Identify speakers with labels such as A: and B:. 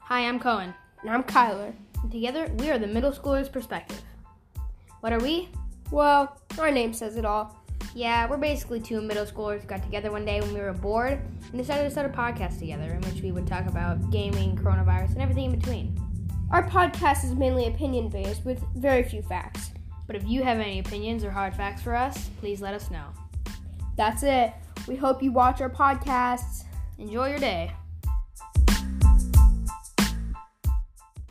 A: Hi, I'm Cohen.
B: And I'm Kyler.
A: and Together, we are the Middle Schoolers Perspective. What are we?
B: Well, our name says it all.
A: Yeah, we're basically two middle schoolers who got together one day when we were bored and decided to start a podcast together in which we would talk about gaming, coronavirus, and everything in between.
B: Our podcast is mainly opinion based with very few facts.
A: But if you have any opinions or hard facts for us, please let us know.
B: That's it. We hope you watch our podcasts.
A: Enjoy your day.